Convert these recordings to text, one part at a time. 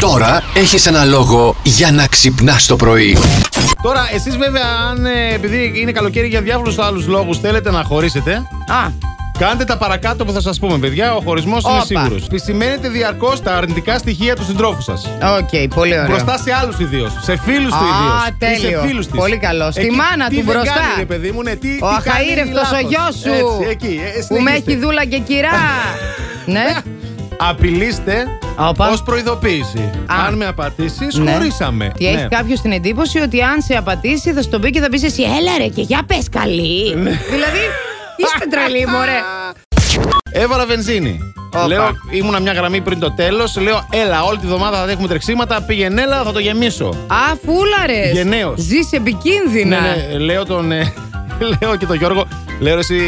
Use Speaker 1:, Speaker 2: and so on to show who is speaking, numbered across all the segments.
Speaker 1: Τώρα έχεις ένα λόγο για να ξυπνάς το πρωί.
Speaker 2: Τώρα, εσείς βέβαια, αν ε, επειδή είναι καλοκαίρι για διάφορου άλλους λόγους, θέλετε να χωρίσετε.
Speaker 3: Α,
Speaker 2: Κάντε τα παρακάτω που θα σας πούμε, παιδιά. Ο χωρισμός είναι
Speaker 3: Όπα.
Speaker 2: σίγουρος. Επισημαίνετε διαρκώς τα αρνητικά στοιχεία του συντρόφου σας.
Speaker 3: οκ, πολύ ωραίο.
Speaker 2: Μπροστά σε άλλους ιδίως. Σε φίλους του
Speaker 3: Α,
Speaker 2: ιδίως. ή Σε
Speaker 3: τέλειο.
Speaker 2: φίλους της.
Speaker 3: Πολύ καλό. Στη μάνα του μπροστά.
Speaker 2: Κάνει, ρε, παιδί μου, ναι, τι,
Speaker 3: Ο αχαήρευτο ο γιο
Speaker 2: γιος
Speaker 3: σου.
Speaker 2: εκεί. Ε,
Speaker 3: που με
Speaker 2: συνεχίστε.
Speaker 3: έχει δούλα και κυρά. ναι.
Speaker 2: Απειλήστε
Speaker 3: Όπα.
Speaker 2: ως προειδοποίηση.
Speaker 3: Α.
Speaker 2: Αν με απατήσεις,
Speaker 3: Ναι.
Speaker 2: χωρίσαμε.
Speaker 3: Τι έχει κάποιος την εντύπωση ότι αν σε απατήσει θα σου τον πει και θα πεις εσύ, έλα ρε και για πες καλή.
Speaker 2: Ναι.
Speaker 3: δηλαδή, είστε τρελοί, μωρέ.
Speaker 2: Έβαλα βενζίνη.
Speaker 3: Όπα.
Speaker 2: Λέω, ήμουνα μια γραμμή πριν το τέλος. Λέω, έλα, όλη τη βδομάδα θα έχουμε τρεξίματα. Πήγαινε, έλα, θα το γεμίσω.
Speaker 3: Α, φούλαρες.
Speaker 2: Γενναίος.
Speaker 3: Ζεις επικίνδυνα.
Speaker 2: Ναι, ναι, λέω τον. ε, λέω και τον Γιώργο. Λέω «Ρε εσύ,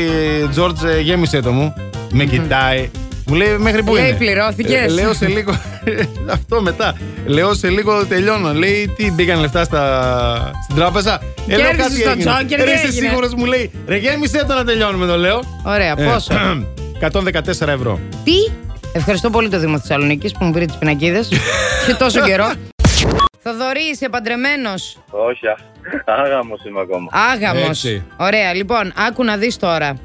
Speaker 2: Τζόρτζ, ε, γέμισε το μου. Με κοιτάει. Μου λέει μέχρι πού
Speaker 3: Λέει,
Speaker 2: είναι.
Speaker 3: «Πληρώθηκες».
Speaker 2: Ε, Λέω σε λίγο. Αυτό μετά. Λέω σε λίγο τελειώνω. Λέει τι μπήκαν λεφτά στα... στην τράπεζα. Ε, λέω
Speaker 3: Κέρδισες
Speaker 2: κάτι
Speaker 3: τον
Speaker 2: έγινε.
Speaker 3: τζόκερ,
Speaker 2: Ρε,
Speaker 3: τι
Speaker 2: είσαι
Speaker 3: έγινε.
Speaker 2: σίγουρος μου λέει. Ρε γέμισε το να τελειώνουμε το λέω.
Speaker 3: Ωραία,
Speaker 2: Ε,
Speaker 3: πόσο.
Speaker 2: 114 ευρώ.
Speaker 3: Τι. Ευχαριστώ πολύ το Δήμο Θεσσαλονίκης που μου πήρε τις πινακίδες. και τόσο καιρό. Θοδωρή, είσαι παντρεμένος.
Speaker 4: Όχι, α- άγαμος είμαι ακόμα.
Speaker 3: Άγαμος.
Speaker 2: Έτσι.
Speaker 3: Ωραία, λοιπόν, άκου να δεις τώρα.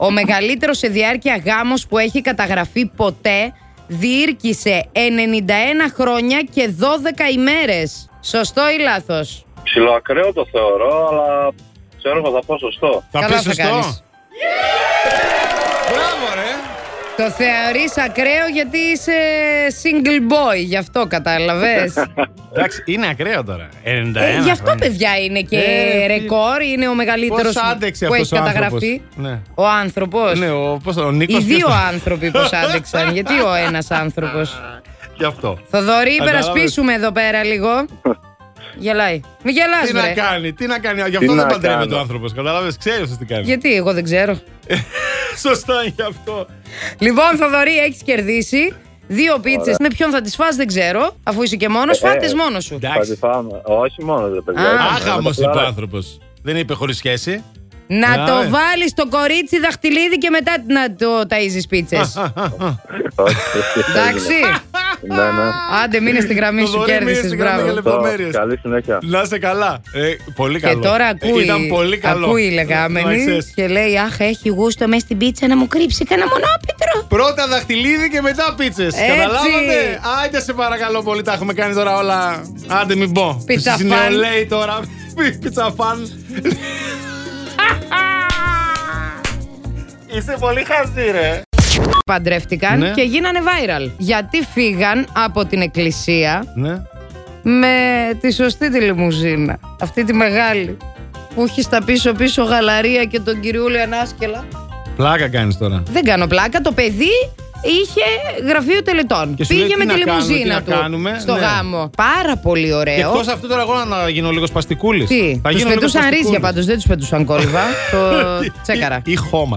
Speaker 3: Ο μεγαλύτερος σε διάρκεια γάμος που έχει καταγραφεί ποτέ διήρκησε 91 χρόνια και 12 ημέρες. Σωστό ή λάθος.
Speaker 4: Ψιλοακραίο το θεωρώ, αλλά ξέρω εγώ θα πω σωστό.
Speaker 2: Θα
Speaker 3: Καλά
Speaker 2: πεις
Speaker 3: θα
Speaker 2: σωστό.
Speaker 3: κάνεις.
Speaker 2: Μπράβο, ρε.
Speaker 3: Το θεωρείς ακραίο γιατί είσαι single boy, γι' αυτό κατάλαβες.
Speaker 2: Εντάξει, είναι ακραίο τώρα. 91
Speaker 3: ε, γι' αυτό,
Speaker 2: Ναι, χρόνια.
Speaker 3: παιδιά, είναι και
Speaker 2: Ε,
Speaker 3: ρεκόρ, είναι ο μεγαλύτερος
Speaker 2: Πώς άντεξε
Speaker 3: που
Speaker 2: αυτός
Speaker 3: έχει
Speaker 2: ο άνθρωπος.
Speaker 3: καταγραφεί.
Speaker 2: Ναι.
Speaker 3: Ο άνθρωπος.
Speaker 2: Ναι, ο, πώς, ο Νίκος
Speaker 3: Οι
Speaker 2: ποιος
Speaker 3: δύο
Speaker 2: το-
Speaker 3: άνθρωποι πως άντεξαν, γιατί ο ένας άνθρωπος.
Speaker 2: Γι' αυτό.
Speaker 3: Θοδωρή,
Speaker 2: Κατάλαβες.
Speaker 3: υπερασπίσουμε εδώ πέρα λίγο. Γελάει. Μην γελάς,
Speaker 2: Τι να
Speaker 3: βρε.
Speaker 2: κάνει, τι να κάνει. Γι' αυτό δεν
Speaker 4: να
Speaker 2: παντρεύεται
Speaker 4: κάνω.
Speaker 2: ο άνθρωπος. Κατάλαβες, ξέρει τι κάνει.
Speaker 3: Γιατί, εγώ δεν ξέρω.
Speaker 2: Σωστά γι' αυτό.
Speaker 3: Λοιπόν, Θοδωρή, έχεις κερδίσει. Δύο πίτσες. Με ποιον θα τις φας δεν ξέρω, αφού είσαι και μόνος,
Speaker 4: Ε,
Speaker 3: φάτες μόνος σου.
Speaker 4: Θα τη φάμε. Όχι μόνος, ρε παιδιά.
Speaker 3: Α.
Speaker 4: ήταν-
Speaker 2: Άγαμο
Speaker 4: ήταν
Speaker 2: είπε ο
Speaker 4: απλά, ρε.
Speaker 2: άνθρωπος. Δεν είπε χωρίς σχέση.
Speaker 3: Να
Speaker 2: Α, ε.
Speaker 3: το βάλεις στο κορίτσι δαχτυλίδι και μετά να το ταΐζεις
Speaker 2: Ε,
Speaker 3: πίτσες.
Speaker 4: Όχι.
Speaker 3: Εντάξει.
Speaker 4: Ναι, ναι.
Speaker 3: Άντε, μείνε στη γραμμή σου,
Speaker 2: Θοδωρή, μείνε
Speaker 3: κέρδισες,
Speaker 2: στη γραμμή,
Speaker 3: μπράβο.
Speaker 2: καλέ. Λεπτομέρειες.
Speaker 4: Καλή συνέχεια.
Speaker 2: Να είσαι καλά. Ε, πολύ
Speaker 3: Και
Speaker 2: καλό.
Speaker 3: τώρα
Speaker 2: Ε,
Speaker 3: ακούει,
Speaker 2: Ήταν πολύ καλό.
Speaker 3: ακούει η
Speaker 2: Να
Speaker 3: λεγάμενη
Speaker 2: ξέρεις.
Speaker 3: και λέει Αχ, έχει γούστο μέσα στην πίτσα να μου κρύψει κανένα μονόπιτρο.
Speaker 2: Πρώτα δαχτυλίδι και μετά πίτσες.
Speaker 3: Έτσι.
Speaker 2: Καταλάβατε. Άιντε σε παρακαλώ πολύ, τα έχουμε κάνει τώρα όλα. Άντε, μην πω.
Speaker 3: Πιτσαφάν.
Speaker 2: Στις νεολαίοι τώρα. Πι- Πιτσαφάν. Είσαι πολύ χαζή, ρε.
Speaker 3: Παντρεύτηκαν
Speaker 2: Ναι.
Speaker 3: και γίνανε viral. Γιατί φύγαν από την εκκλησία
Speaker 2: Ναι.
Speaker 3: με τη σωστή τη λιμουζίνα. Αυτή τη μεγάλη. Που έχει στα πίσω-πίσω γαλαρία και τον κυριούλιο ανάσκελα.
Speaker 2: Πλάκα κάνεις τώρα.
Speaker 3: Δεν κάνω πλάκα. Το παιδί είχε γραφείο τελετών.
Speaker 2: Και σου
Speaker 3: Πήγε
Speaker 2: λέει,
Speaker 3: με
Speaker 2: τι
Speaker 3: τη
Speaker 2: να κάνουμε,
Speaker 3: λιμουζίνα
Speaker 2: τι
Speaker 3: του
Speaker 2: να κάνουμε,
Speaker 3: στο
Speaker 2: ναι.
Speaker 3: γάμο. Πάρα πολύ
Speaker 2: Και
Speaker 3: ωραίο.
Speaker 2: εκτός αυτού τώρα εγώ να γίνω λίγο σπαστικούλης.
Speaker 3: Ε, Τι, του πετούσαν ρίζια πάντως, δεν τους πετούσαν κόλυβα. το ε, τσέκαρα.
Speaker 2: Ή, ή χώμα.